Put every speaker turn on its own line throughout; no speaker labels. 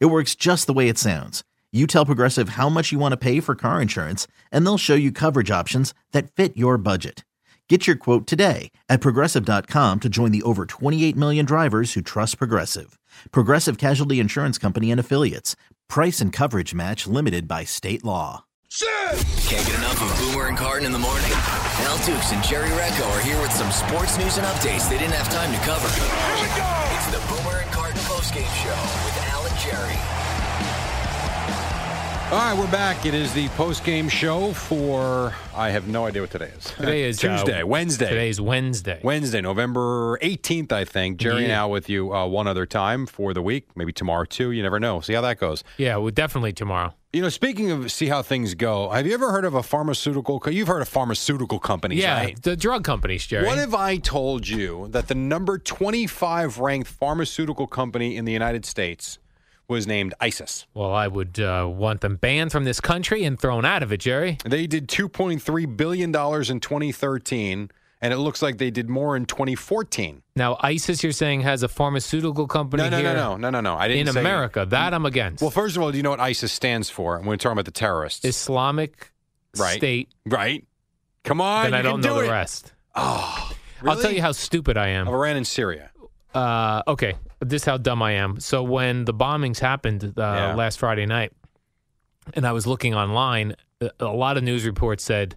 It works just the way it sounds. You tell Progressive how much you want to pay for car insurance, and they'll show you coverage options that fit your budget. Get your quote today at progressive.com to join the over 28 million drivers who trust Progressive. Progressive Casualty Insurance Company and Affiliates. Price and coverage match limited by state law.
Can't get enough of Boomer and Carton in the morning. Al Dukes and Jerry Recco are here with some sports news and updates they didn't have time to cover. Here we go! It's the Boomer and Carton postgame show with Al and Jerry.
All right, we're back. It is the post-game show for I have no idea what today is.
Today is uh,
Tuesday, Wednesday.
Today's Wednesday.
Wednesday, November 18th, I think. Jerry and Al with you uh, one other time for the week, maybe tomorrow too. You never know. See how that goes.
yeah, well, definitely tomorrow.
You know, speaking of see how things go, have you ever heard of a pharmaceutical co- you've heard of pharmaceutical companies,
yeah,
right?
the drug companies, Jerry.
What if I told you that the number 25 ranked pharmaceutical company in the United States was named ISIS?
well, I would uh, want them banned from this country and thrown out of it, Jerry.
They did $2.3 billion in 2013, and it looks like they did more in 2014.
Now, ISIS, you're saying has a pharmaceutical company
No, no,
here
no, no, no, no, no. I didn't
in
say-
America. That I'm against.
Well, first of all, do you know what ISIS stands for? When we're talking about the terrorists.
Islamic
Right.
State.
right? Come on.
Then
you
I don't
can
know
do
the
it. Ah,
rest.
Really?
I'll tell you how stupid I am.
Of Iran and Syria.
Uh, okay, this is how dumb I am. So when the bombings happened uh,
Yeah.
last Friday night, and I was looking online, a- a lot of news reports said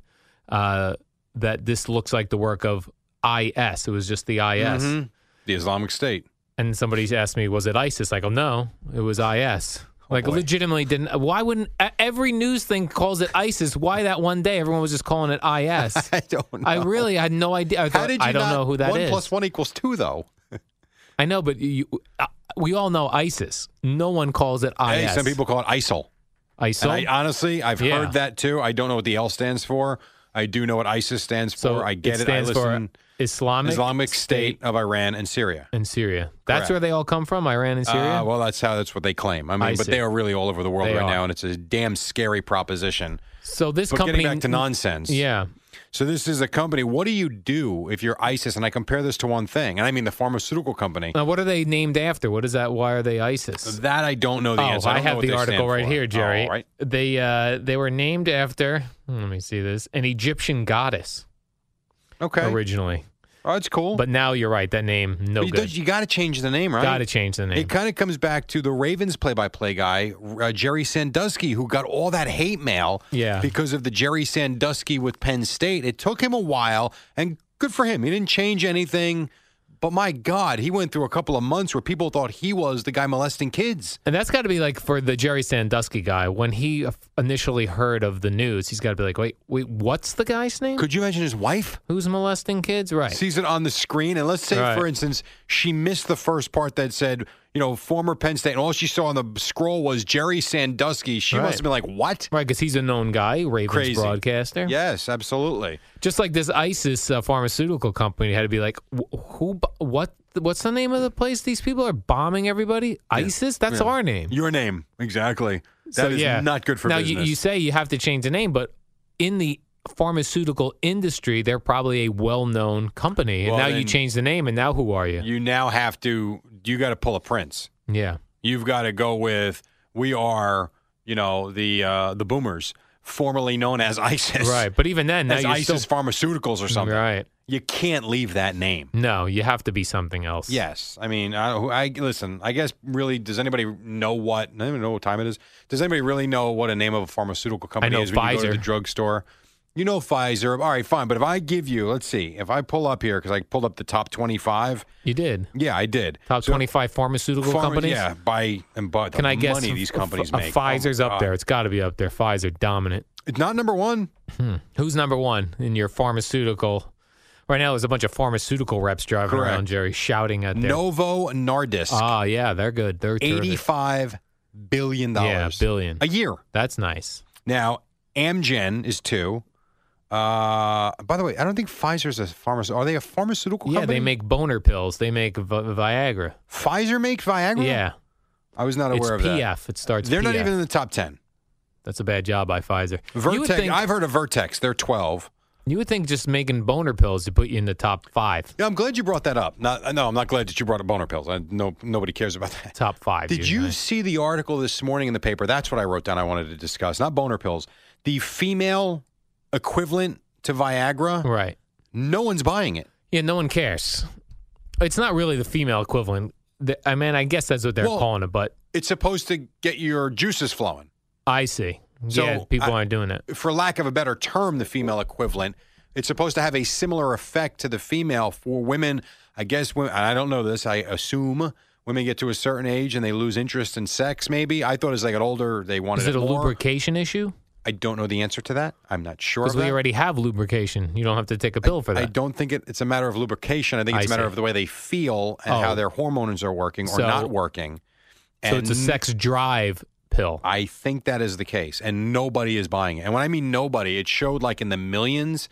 uh, that this looks like the work of IS. It was just the IS.
Mhm. The Islamic State.
And somebody asked me, "Was it ISIS?" I go, "No, it was IS."
Oh,
Like legitimately didn't. Why wouldn't e- every news thing calls it ISIS? Why that one day everyone was just calling it IS?
I don't know.
I really had no idea. I,
How
thought,
did you
I don't
not-
know who that is.
one plus one equals two, though.
I know, but you, uh, we all know ISIS. No one calls it IS.
Hey, some people call it ISIL.
ISIL.
and I honestly, I've
Yeah.
heard that too. I don't know what the L stands for. I do know what ISIS stands for.
so
I get it.
stands
I listen.
for Islamic,
Islamic State of Iran and Syria.
and Syria. That's
Correct.
where they all come from. Iran and Syria.
Uh, well, that's how that's what they claim. I mean,
I
but
see.
they are really all over the world
They
right
are.
now, and it's a damn scary proposition.
so this
But
company.
getting back to nonsense,
yeah,
So this is a company. What do you do if you're ISIS? And I compare this to one thing, and I mean the pharmaceutical company.
Now, what are they named after? What is that? Why are they ISIS?
That I don't know the
oh,
answer.
I,
don't know
have
what
the
they stand
article right
for.
here, Jerry.
All right.
They uh, they were named after. Let me see this. An Egyptian goddess
Okay.
originally,
Oh, that's cool.
but now you're right. That name no
you,
good.
got to change the name, right?
Got to change the name.
It kind of comes back to the Ravens play-by-play guy uh, Jerry Sandusky, who got all that hate mail,
Yeah.
because of the Jerry Sandusky with Penn State. It took him a while, and good for him. He didn't change anything, but my God, he went through a couple of months where people thought he was the guy molesting kids.
And that's got to be like for the Jerry Sandusky guy when he initially heard of the news, he's got to be like, "Wait, wait, what's the guy's name?
Could you imagine his wife
Who's molesting kids?" Right.
sees it on the screen? And let's say,
Right.
for instance, she missed the first part that said, you know, former Penn State, and all she saw on the scroll was Jerry Sandusky. She
Right.
must have been like, what?
Right, because he's a known guy, Ravens
Crazy.
broadcaster.
Yes, absolutely.
Just like this ISIS uh, pharmaceutical company had to be like, "Wh- "Who? bo- What? What's the name of the place these people are bombing everybody? ISIS? That's our name."
Your name, exactly. That is
so, yeah.
not good for
now,
business.
You, you say you have to change the name, but in the pharmaceutical industry, they're probably a well-known company. And
Well,
now you
then-
change the name, and now who are you?
You now have to. You got to pull a Prince.
yeah.
You've got to go with. We are, you know, the uh, the Boomers, formerly known as ISIS,
Right, but even then, now
as
you're
ISIS
still
Pharmaceuticals or something.
right.
You can't leave that name.
No, you have to be something else.
Yes, I mean, I, don't- I listen. I guess really, does anybody know what? I don't even know what time it is. Does anybody really know what a name of a pharmaceutical company
know
is when you go to
Pfizer.
the drugstore? You know Pfizer. All right, fine. But if I give you, let's see, if I pull up here because I pulled up the top twenty-five.
you did.
Yeah, I did.
Top
So,
25 pharmaceutical
pharma-
companies.
Yeah, by and by. The
Can I guess?
money these
f- f-
companies
uh,
make.
Pfizer's
Oh,
up
God.
there. It's got to be up there. Pfizer dominant.
It's not number one.
Who's number one in your pharmaceutical? Right now, there's a bunch of pharmaceutical reps driving
Correct.
around, Jerry, shouting at their.
Novo Nordisk,
Ah, yeah, they're good. They're terrific.
eighty-five billion
Yeah,
dollars
billion.
a year.
That's nice.
Now, Amgen is two. Uh, by the way, I don't think Pfizer's a pharmaceutical. Are they a pharmaceutical
Yeah,
company?
they make boner pills. They make Vi- Viagra.
Pfizer makes Viagra.
Yeah,
I was not
it's
aware of
PF.
that.
It starts.
They're not
PF.
even in the top ten.
That's a bad job by Pfizer. you would
Vertex.
think,
I've heard of Vertex. They're twelve.
you would think just making boner pills to put you in the top five.
Yeah, I'm glad you brought that up. Not, no, I'm not glad that you brought up boner pills. I, no, nobody cares about that.
Top five.
Did
usually.
you see the article this morning in the paper? That's what I wrote down. I wanted to discuss not boner pills, the female equivalent to Viagra.
Right.
No one's buying it.
Yeah, no one cares. It's not really the female equivalent. The- I mean, I guess that's what they're
Well-
calling it, but
It's supposed to get your juices flowing.
I see.
So,
yeah, people
I-
aren't doing it.
for lack of a better term, the female equivalent. It's supposed to have a similar effect to the female for women. I guess women, and I don't know this. I assume women get to a certain age and they lose interest in sex. Maybe I thought as they got older they wanted
Is it a
more.
lubrication issue?
I don't know the answer to that. I'm not sure. Of
Because we
that.
already have lubrication. You don't have to take a pill for that.
I don't think it, it's a matter of lubrication. I think it's a
I
matter
see.
of the way they feel and
Oh.
how their hormones are working or
So-
not working.
so it's a
And
sex drive pill.
I think that is the case, and nobody is buying it. And when I mean nobody, it showed like in the millions,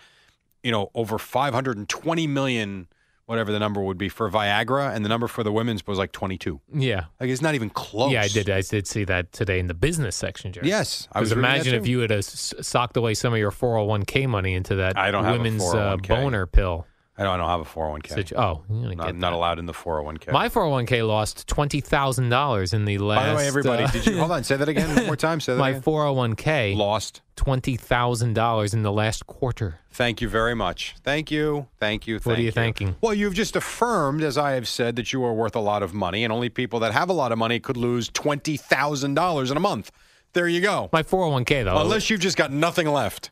you know, over 520 million, whatever the number would be for Viagra, and the number for the women's was like 22.
yeah.
Like it's not even close.
Yeah, I did. I did see that today in the business section, Jerry.
Yes, I
Because
was reading that
imagine if
too.
you had uh, s- socked away some of your 401k money into that
I don't have a
women's uh,
401k.
boner pill.
I don't, I don't have a 401k.
situ- oh, you're gonna
not,
get
not
that.
allowed in the 401k.
My 401k lost twenty thousand dollars in the last.
By the way, everybody,
uh,
did you hold on? Say that again one more time. Say that
my
again.
401k
Lost.
twenty thousand dollars in the last quarter.
Thank you very much. Thank you. Thank you. Thank
are you thanking?
Well, you've just affirmed, as I have said, that you are worth a lot of money, and only people that have a lot of money could lose twenty thousand dollars in a month. There you go.
My 401k though,
Unless you've just got nothing left.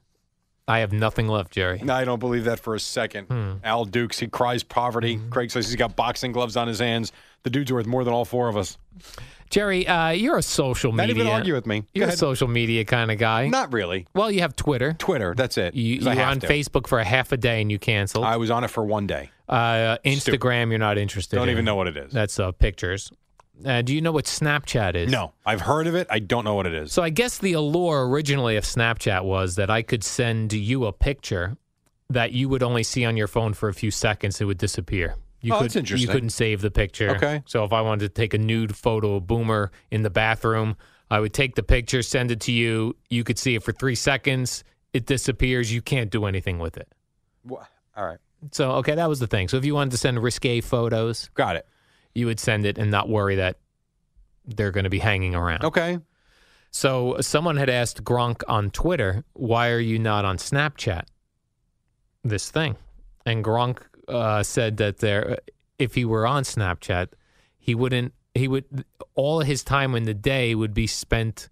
I have nothing left, Jerry.
No, I don't believe that for a second.
Hmm.
Al Dukes, he cries poverty.
Mm-hmm.
Craig says he's got boxing gloves on his hands. The dude's worth more than all four of us.
Jerry, uh, you're a social
Not
media.
even argue with me. Go
You're a
ahead.
social media kind of guy.
Not really.
Well, you have Twitter.
Twitter. That's it.
You,
'Cause
you
I
were
have
on
to.
Facebook for a half a day and you canceled.
I was on it for one day.
uh, Instagram,
Stupid.
you're not interested.
Don't
in.
even know what it is.
That's uh, pictures. Uh, do you know what Snapchat is?
No, I've heard of it. I don't know what it is.
So I guess the allure originally of Snapchat was that I could send you a picture that you would only see on your phone for a few seconds. It would disappear. You
Oh,
could,
that's interesting.
You couldn't save the picture.
Okay.
So if I wanted to take a nude photo of Boomer in the bathroom, I would take the picture, send it to you. You could see it for three seconds. It disappears. You can't do anything with it.
Wha- All right.
So okay, that was the thing. So if you wanted to send risque photos,
Got it.
you would send it and not worry that they're going to be hanging around.
Okay.
So someone had asked Gronk on Twitter, "Why are you not on Snapchat?" This thing, and Gronk uh, said that there, if he were on Snapchat, he wouldn't. He would all his time in the day would be spent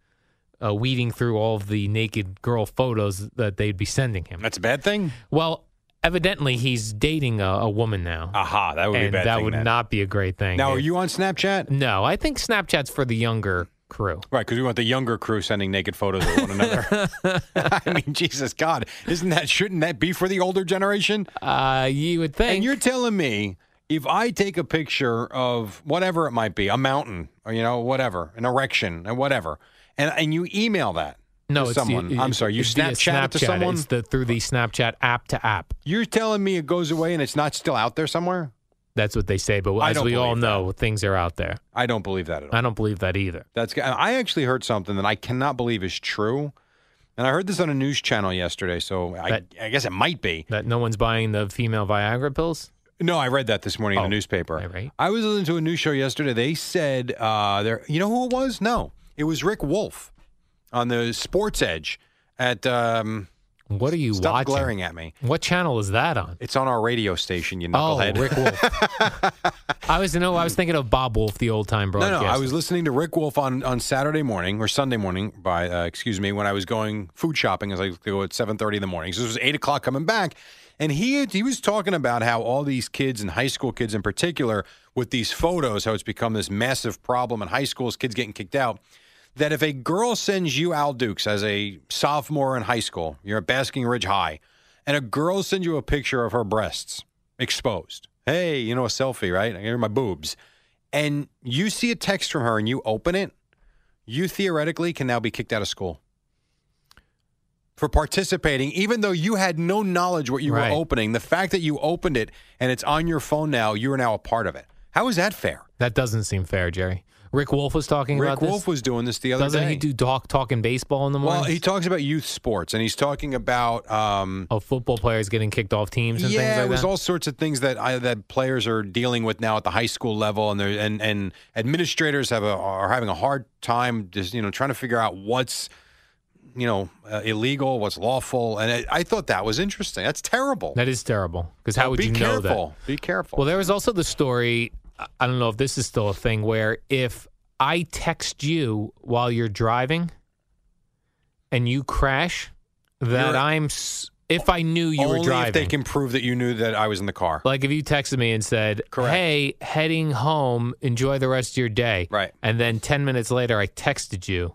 uh, weeding through all of the naked girl photos that they'd be sending him.
That's a bad thing?
Well, evidently he's dating a, a woman now,
Aha, that Ah, would be a
and
bad
that
thing
would
then.
not be a great thing.
Now, are
It-
you on Snapchat?
No, I think Snapchat's for the younger crew.
Right, because we want the younger crew sending naked photos of one another. I mean, Jesus God, isn't that shouldn't that be for the older generation?
Uh, you would think.
And you're telling me if I take a picture of whatever it might be, a mountain, or you know, whatever, an erection, and whatever, and and you email that,
no,
to
it's the-
someone. I'm sorry, you
it's via
Snapchat it to someone?
It's the, through the Snapchat app to app.
you're telling me it goes away and it's not still out there somewhere?
That's what they say. But
I
as
don't
we all
believe
know, things are out there.
I don't believe that at all.
I don't believe that either.
That's I actually heard something that I cannot believe is true. And I heard this on a news channel yesterday, so I,
That-
I guess it might be.
That no one's buying the female Viagra pills.
No, I read that this morning in
Oh,
the newspaper.
all right.
I was listening to a news show yesterday. They said uh, there. You know who it was? No, it was Rick Wolf on the Sports Edge. At um,
What are you
stop
watching?
glaring at me.
What channel is that on?
It's on our radio station. You
Oh,
knucklehead.
Rick Wolf. I was no, I was thinking of Bob Wolf, the old time
no,
broadcaster.
no. I was listening to Rick Wolf on, on Saturday morning or Sunday morning. By uh, excuse me, when I was going food shopping, as I go at seven thirty in the morning. So it was eight o'clock coming back, and he he was talking about how all these kids and high school kids in particular with these photos, how it's become this massive problem in high schools, kids getting kicked out. That if a girl sends you Al Dukes as a sophomore in high school, you're at Basking Ridge High, and a girl sends you a picture of her breasts exposed. Hey, you know a selfie, right? Here are my boobs and you see a text from her and you open it, you theoretically can now be kicked out of school for participating, even though you had no knowledge what you
Right.
were opening. The fact that you opened it and it's on your phone now, you are now a part of it. How is that fair?
That doesn't seem fair, Jerry. Rick Wolf was talking
Rick
about this.
Wolf was doing this the other
doesn't
day.
he do talk talking baseball in the morning?
well, he talks about youth sports and he's talking about um,
of football players getting kicked off teams and
yeah,
things like
it was
that.
all sorts of things that I, that players are dealing with now at the high school level, and they're- and and administrators have a, are having a hard time just you know trying to figure out what's you know uh, illegal, what's lawful, and I I thought that was interesting. That's terrible.
that is terrible. Because how would
Be
you know that?
careful. Be careful.
Well, there was also the story. I- I don't know if this is still a thing where if I text you while you're driving and you crash, that
You're-
I'm s- if I knew you
Only
were
if
driving.
they can prove that you knew that I was in the car.
like if you texted me and said,
Correct.
"Hey, heading home. Enjoy the rest of your day."
Right.
And then ten minutes later, I texted you,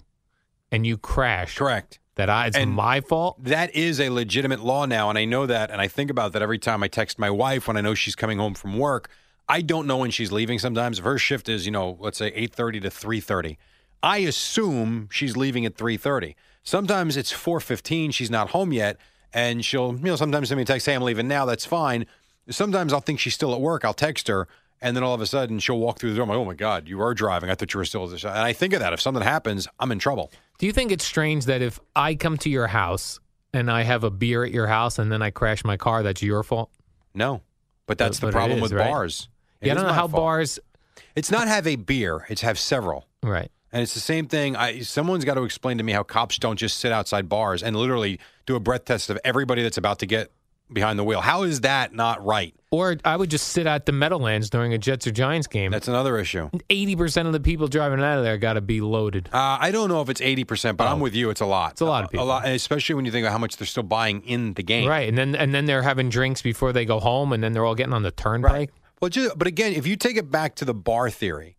and you crashed.
Correct.
That I it's
And-
my fault.
That is a legitimate law now, and I know that, and I think about that every time I text my wife when I know she's coming home from work. I don't know when she's leaving. Sometimes if her shift is, you know, let's say eight thirty to three thirty, I assume she's leaving at three thirty. Sometimes it's four fifteen. She's not home yet, and she'll, you know, sometimes send me a text, "Hey, I'm leaving now." That's fine. Sometimes I'll think she's still at work. I'll text her, and then all of a sudden she'll walk through the door. I'm like, "Oh my god, you are driving! I thought you were still." at this." And I think of that. If something happens, I'm in trouble.
Do you think it's strange that if I come to your house and I have a beer at your house and then I crash my car, that's your fault?
No, but that's
but it
the problem
is,
with
right?
bars. It
yeah, I
is
don't know
my
how
fault.
bars.
It's not have a beer. It's have several,
Right.
and it's the same thing. I someone's got to explain to me how cops don't just sit outside bars and literally do a breath test of everybody that's about to get behind the wheel. How is that not right?
Or I would just sit at the Meadowlands during a Jets or Giants game.
That's another issue.
Eighty percent of the people driving out of there got to be loaded.
Uh, I don't know if it's eighty percent, but I'm with you. It's a lot.
Oh. It's a lot of
A
people.
lot, and especially when you think about how much they're still buying in the game.
Right, and then and then they're having drinks before they go home, and then they're all getting on the turnpike.
Well, ju- but again, if you take it back to the bar theory,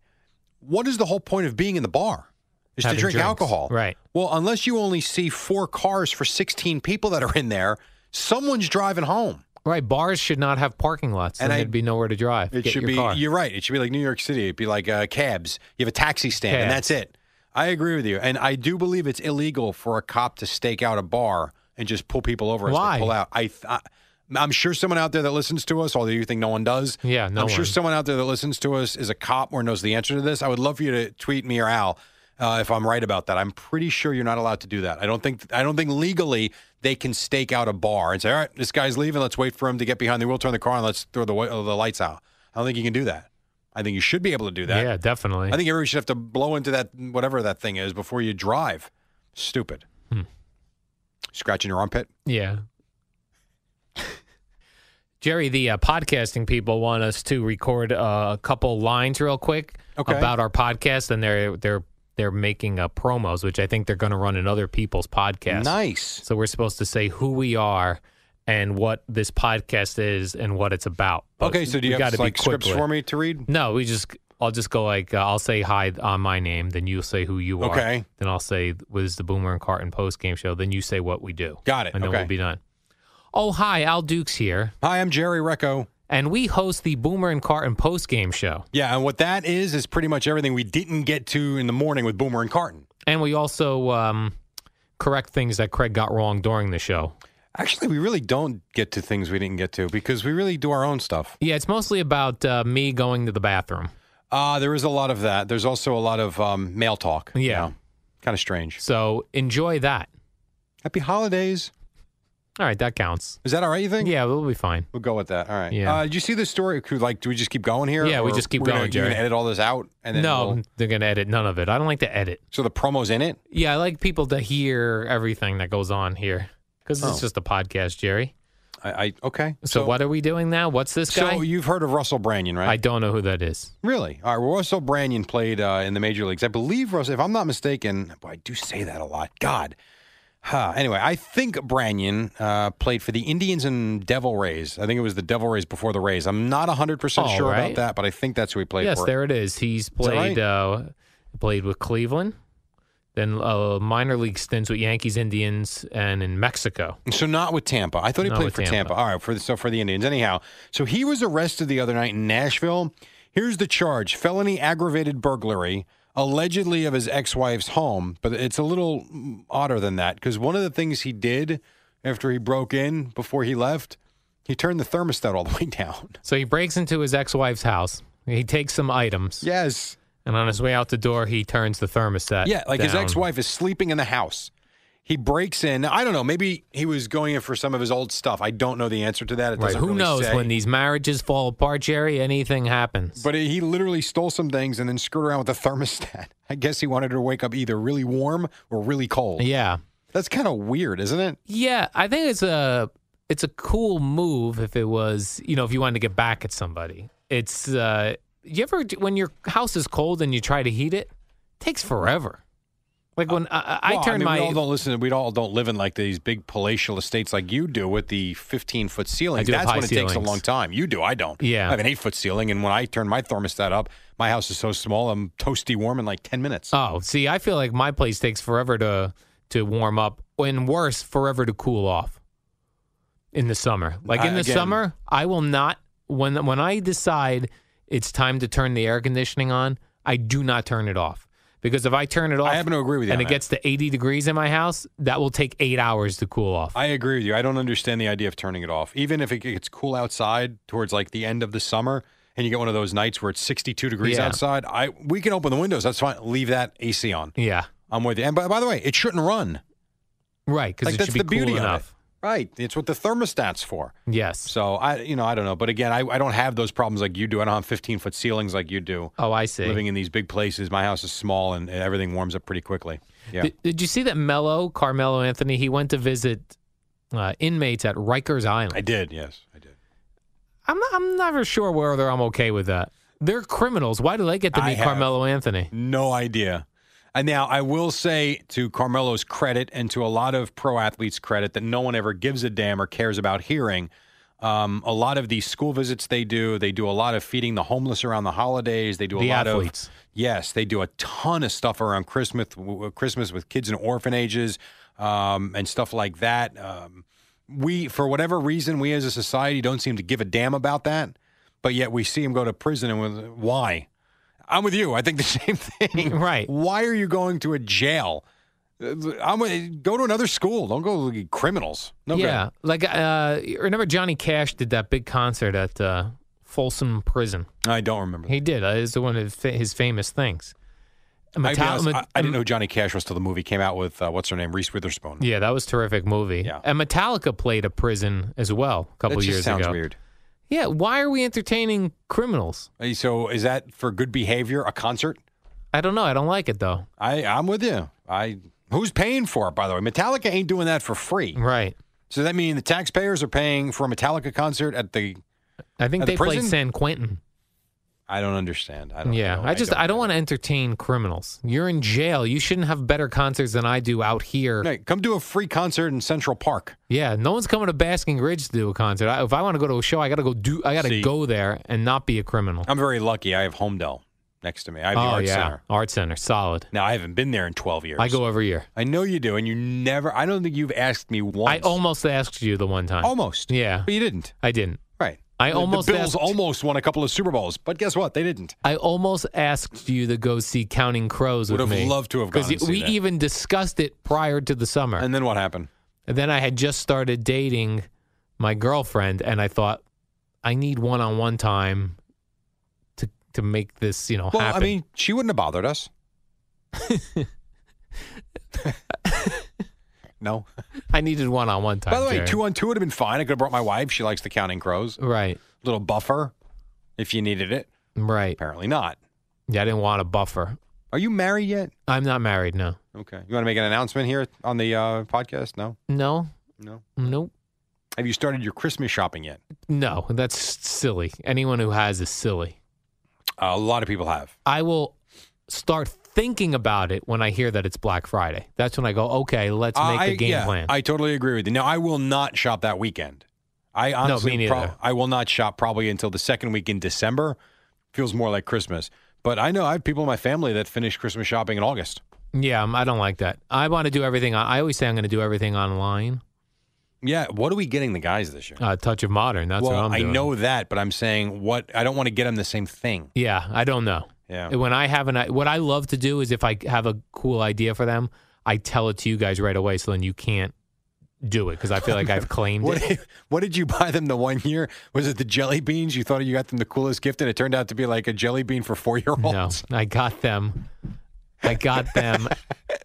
what is the whole point of being in the bar? Is to
Having
drink
drinks.
alcohol.
Right.
Well, unless you only see four cars for 16 people that are in there, someone's driving home.
Right, bars should not have parking lots, and
And I-
there'd be nowhere to drive.
It
Get
should
your
be,
car.
you're right. It should be like New York City. It'd be like uh, cabs. You have a taxi stand, and
Cabs.
that's it. I agree with you. And I do believe it's illegal for a cop to stake out a bar and just pull people over as
Why?
they pull out. I, th- I, I'm sure someone out there that listens to us, although you think no one does.
Yeah, no
I'm sure
one.
someone out there that listens to us is a cop or knows the answer to this. I would love for you to tweet me or Al uh, if I'm right about that. I'm pretty sure you're not allowed to do that. I don't think I don't think legally they can stake out a bar and say, all right, this guy's leaving. Let's wait for him to get behind the wheel, turn the car, and let's throw the wi- uh, the lights out. I don't think you can do that. I think you should be able to do that.
yeah, definitely.
I think everybody should have to blow into that whatever that thing is before you drive. Stupid.
Hmm.
Scratching your armpit.
yeah. Jerry, the uh, podcasting people want us to record uh, a couple lines real quick
Okay.
about our podcast, and they're they're they're making uh, promos, which I think they're going to run in other people's podcasts.
Nice.
So we're supposed to say who we are and what this podcast is and what it's about. But
Okay, so do you
we
have
gotta be
like
quick
scripts
with it.
for me to read?
No, we just. I'll just go like uh, I'll say hi on my name, then you'll say who you are.
Okay.
Then I'll say was the Boomer and Carton post game show. Then you say what we do.
Got it.
And then
Okay.
we'll be done. Oh hi, Al Dukes here,
Hi, I'm Jerry Recco.
and we host the Boomer and Carton post game show,
Yeah, and what that is is pretty much everything we didn't get to in the morning with Boomer and Carton.
and we also um, correct things that Craig got wrong during the show.
Actually, we really don't get to things we didn't get to because we really do our own stuff.
Yeah, it's mostly about uh, me going to the bathroom.
Uh, there is a lot of that. There's also a lot of um, mail talk. you
Yeah.
know. kind of strange.
So enjoy that.
Happy holidays.
All right, that counts.
Is that all right? You think?
Yeah, we'll be fine.
We'll go with that. All right.
Yeah.
Uh, did you see the story? Could, Like, do we just keep going here?
Yeah, we
Or
just keep
we're gonna-
going,
You're
Jerry.
gonna edit all this out, and then
no,
we'll-
they're gonna edit none of it. I don't like to edit.
so the promo's in it.
Yeah, I like people to hear everything that goes on here because it's
Oh.
just a podcast, Jerry.
I, I okay.
So, what are we doing now? What's this
So
guy?
you've heard of Russell Branion, right?
I don't know who that is.
Really? All right. Well, Russell Branion played uh, in the major leagues. I believe Russell, if I'm not mistaken, boy, I do say that a lot. God. Huh. Anyway, I think Branion uh, played for the Indians and Devil Rays. I think it was the Devil Rays before the Rays. I'm not 100%
All
sure
right.
about that, but I think that's who he played
yes,
for.
there it is. He's
that
played
right?
uh, played with Cleveland, then uh, minor league stints with Yankees, Indians, and in Mexico.
So not with Tampa. I thought he
Not
played
with
for
Tampa.
Tampa. All right, for the, so for the Indians. Anyhow, so he was arrested the other night in Nashville. Here's the charge: felony aggravated burglary allegedly of his ex-wife's home, but it's a little odder than that because one of the things he did after he broke in before he left, he turned the thermostat all the way down.
So he breaks into his ex-wife's house. He takes some items,
Yes.
and on his way out the door, he turns the thermostat.
Yeah, like his
down.
ex-wife is sleeping in the house. He breaks in. I don't know. Maybe he was going in for some of his old stuff. I don't know the answer to that. It
Right.
doesn't
Who
really
knows
say.
when these marriages fall apart, Jerry? Anything happens.
But he literally stole some things and then screwed around with the thermostat. I guess he wanted her to wake up either really warm or really cold.
yeah,
That's kind of weird, isn't it?
yeah. I think it's a it's a cool move if it was you know if you wanted to get back at somebody. It's uh, you ever when your house is cold and you try to heat it, it takes forever. Like when I, I, I
Well,
turn
mean,
my
We all don't listen. We all don't live in like these big palatial estates like you do with the 15 foot ceilings.
do have
That's
high
when it takes a
ceilings.
long time. You do. I don't.
Yeah.
I have an eight foot ceiling, and when I turn my thermostat up, my house is so small, I'm toasty warm in like 10 minutes.
Oh, see, I feel like my place takes forever to to warm up, and worse, forever to cool off. In the summer, like in
I-
the
again-
summer, I will not when when I decide it's time to turn the air conditioning on. I do not turn it off because if I turn it off,
happen to agree with you
and
on
it
that.
gets to eighty degrees in my house, that will take eight hours to cool off.
I agree with you. I don't understand the idea of turning it off. Even if it gets cool outside towards like the end of the summer and you get one of those nights where it's 62 degrees
Yeah.
outside, I we can open the windows. That's fine. Leave that AC on.
yeah,
I'm with you. And by, by the way, it shouldn't run.
right, because
Like
it
that's
should be
the beauty
cool
of
enough.
it. Right. It's what the thermostat's for.
Yes.
So I, you know, I don't know. But again, I, I don't have those problems like you do. I don't have 15 foot ceilings like you do.
oh, I see.
Living in these big places, my house is small and everything warms up pretty quickly. Yeah.
Did, did you see that Mello, Carmelo Anthony, he went to visit uh, inmates at Rikers
I
Island?
did. Yes, I did.
I'm not, I'm never sure whether I'm okay with that. They're criminals. Why do they get to
I
meet
have-
Carmelo Anthony?
No idea. And now I will say to Carmelo's credit and to a lot of pro athletes' credit that no one ever gives a damn or cares about hearing. Um, a lot of these school visits they do, they do a lot of feeding the homeless around the holidays. They do a
The
lot
athletes.
of yes, they do a ton of stuff around Christmas, Christmas with kids in orphanages um, and stuff like that. Um, we, for whatever reason, we as a society don't seem to give a damn about that, but yet we see him go to prison and we're- why? I'm with you. I think the same thing.
Right.
Why are you going to a jail? Uh, I'm with- go to another school. Don't go to criminals. No good.
Yeah, like uh, remember Johnny Cash did that big concert at uh, Folsom Prison.
I don't remember.
He did. Uh, it's one of fa- his famous things.
I,
Metal-
I,
Met-
I didn't know who Johnny Cash was till the movie came out with uh, what's her name, Reese Witherspoon.
Yeah, that was a terrific movie.
Yeah.
And Metallica played a prison as well a couple
that just
years
sounds
ago.
weird.
Yeah, why are we entertaining criminals?
Hey, So is that for good behavior? A concert?
I don't know. I don't like it though.
I I'm with you. I who's paying for it? By the way, Metallica ain't doing that for free.
Right.
So that means the taxpayers are paying for a Metallica concert at the.
I think
At the
they played
prison?
San Quentin.
I don't understand. I don't.
yeah, I just I don't, want to entertain criminals. You're in jail. You shouldn't have better concerts than I do out here.
Hey, come do a free concert in Central Park.
Yeah, no one's coming to Basking Ridge to do a concert. I, if I want to go to a show, I got to go do. I got to
See.
go there and not be a criminal.
I'm very lucky. I have Homedale next to me. I have the
oh
Art
yeah,
Center.
Art Center, solid.
Now I haven't been there in 12 years.
I go every year.
I know you do, and you never. I don't think you've asked me once.
I almost asked you the one time.
almost.
Yeah.
but you didn't.
I didn't.
Right.
I
The-
almost
The Bills
asked-
almost won a couple of Super Bowls, but guess what? They didn't.
I almost asked you to go see Counting Crows
Would
with
have
me.
loved to have gone
because
and seen
we
that.
even discussed it prior to the summer.
And then what happened?
And then I had just started dating my girlfriend, and I thought I need one-on-one time to to make this, you know,
Well,
happen.
I mean, she wouldn't have bothered us. no.
I needed one-on-one time.
By the way,
Jerry.
two on two would have been fine. I could have brought my wife. She likes the Counting Crows.
right,
Little buffer, if you needed it.
right.
Apparently not.
Yeah, I didn't want a buffer.
Are you married yet?
I'm not married, no,
Okay. You want to make an announcement here on the uh, podcast? No,
no,
no.
nope,
Have you started your Christmas shopping yet?
no. That's silly. Anyone who has is silly.
Uh, a lot of people have.
I will start thinking about it when I hear that it's Black Friday. That's when I go, okay, let's make
Uh, I,
a game
yeah,
plan.
I totally agree with you. Now, I will not shop that weekend. I honestly,
me
prob-
neither.
I will not shop probably until the second week in December. Feels more like Christmas. But I know I have people in my family that finish Christmas shopping in August.
yeah, I'm- I don't like that. I want to do everything. On, I always say I'm going to do everything online.
Yeah. What are we getting the guys this year?
Uh, Touch of Modern. That's
well,
what I'm
I
doing.
know that, but I'm saying what I don't want to get them the same thing.
Yeah, I don't know.
Yeah.
When I have an, what I love to do is if I have a cool idea for them, I tell it to you guys right away. So then you can't do it because I feel like I've claimed
What
it.
did, what did you buy them the one year? Was it the jelly beans? You thought you got them the coolest gift, and it turned out to be like a jelly bean for four year
No,
olds.
I got them. I got them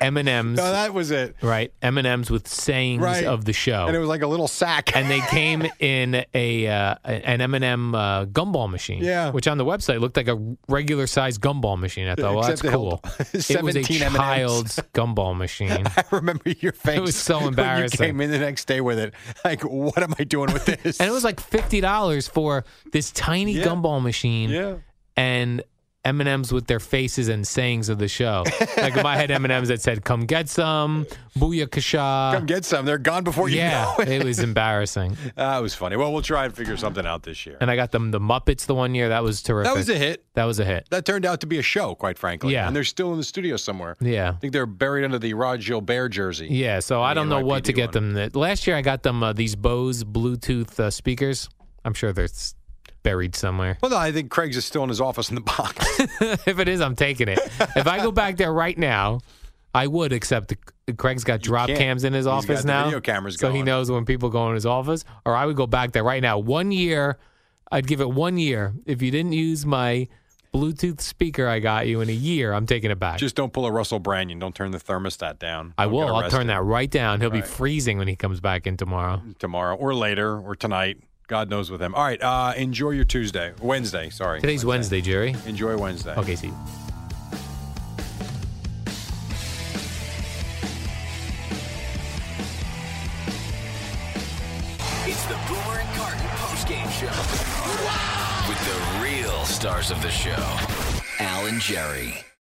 M and M's,
No, that was it.
right? M and M's with sayings
Right.
of the show,
And it was like a little sack.
and they came in a uh, an M and M uh, gumball machine,
Yeah.
which on the website looked like a regular size gumball machine. I thought, well,
Except
that's
it held
cool. It was a
17 M&Ms.
child's gumball machine.
I remember your face.
was so
When you
embarrassing.
came in the next day with it. Like, what am I doing with this?
And it was like fifty dollars for this tiny
Yeah.
gumball machine
yeah.
and M and M's with their faces and sayings of the show. Like if I had M and M's that said "Come get some," "Booyah Kasha,"
Come get some. They're gone before you
yeah,
know it.
it was embarrassing.
That was funny. Well, we'll try and figure something out this year.
And I got them the Muppets the one year. That was terrific.
That was a hit.
That was a hit.
That turned out to be a show, quite frankly.
Yeah.
And they're still in the studio somewhere.
Yeah.
I think they're buried under the Rod Gilbert jersey.
Yeah, so I don't know what to
NYPD
get
one.
them. That last year I got them uh, these Bose Bluetooth uh, speakers. I'm sure they're s- buried somewhere.
Well, no, I think Craig's is still in his office in the box.
if it is, I'm taking it. If I go back there right now, I would, except Craig's got drop
can't.
cams in
He's
his
got
office
the
now.
video cameras
so he
going.
knows when people go in his office. Or I would go back there right now. One year, I'd give it one year. If you didn't use my Bluetooth speaker I got you in a year, I'm taking it back.
Just don't pull a Russell Brand. Don't turn the thermostat down.
I
Don't
will.
get
I'll turn
arrested
that right down. He'll be freezing when he comes back in tomorrow.
tomorrow or later or tonight. God knows with him. All right. Uh, enjoy your Tuesday, Wednesday. Sorry.
Today's Wednesday, Jerry.
Enjoy Wednesday.
Okay, see. you.
It's the Boomer and Carton postgame show with the real stars of the show, Al and Jerry.